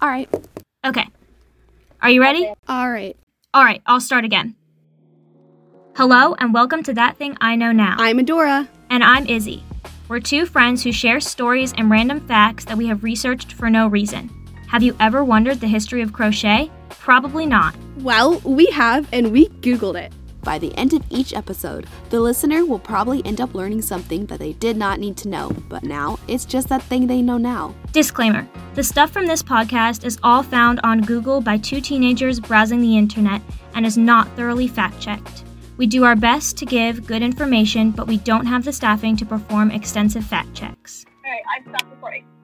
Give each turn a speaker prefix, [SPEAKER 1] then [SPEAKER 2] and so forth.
[SPEAKER 1] All right.
[SPEAKER 2] Okay. Are you ready?
[SPEAKER 1] All right.
[SPEAKER 2] All right, I'll start again. Hello, and welcome to That Thing I Know Now.
[SPEAKER 1] I'm Adora.
[SPEAKER 2] And I'm Izzy. We're two friends who share stories and random facts that we have researched for no reason. Have you ever wondered the history of crochet? Probably not.
[SPEAKER 1] Well, we have, and we Googled it.
[SPEAKER 3] By the end of each episode, the listener will probably end up learning something that they did not need to know, but now it's just that thing they know now.
[SPEAKER 2] Disclaimer The stuff from this podcast is all found on Google by two teenagers browsing the internet and is not thoroughly fact checked. We do our best to give good information, but we don't have the staffing to perform extensive fact checks.
[SPEAKER 4] All right, I've stopped recording.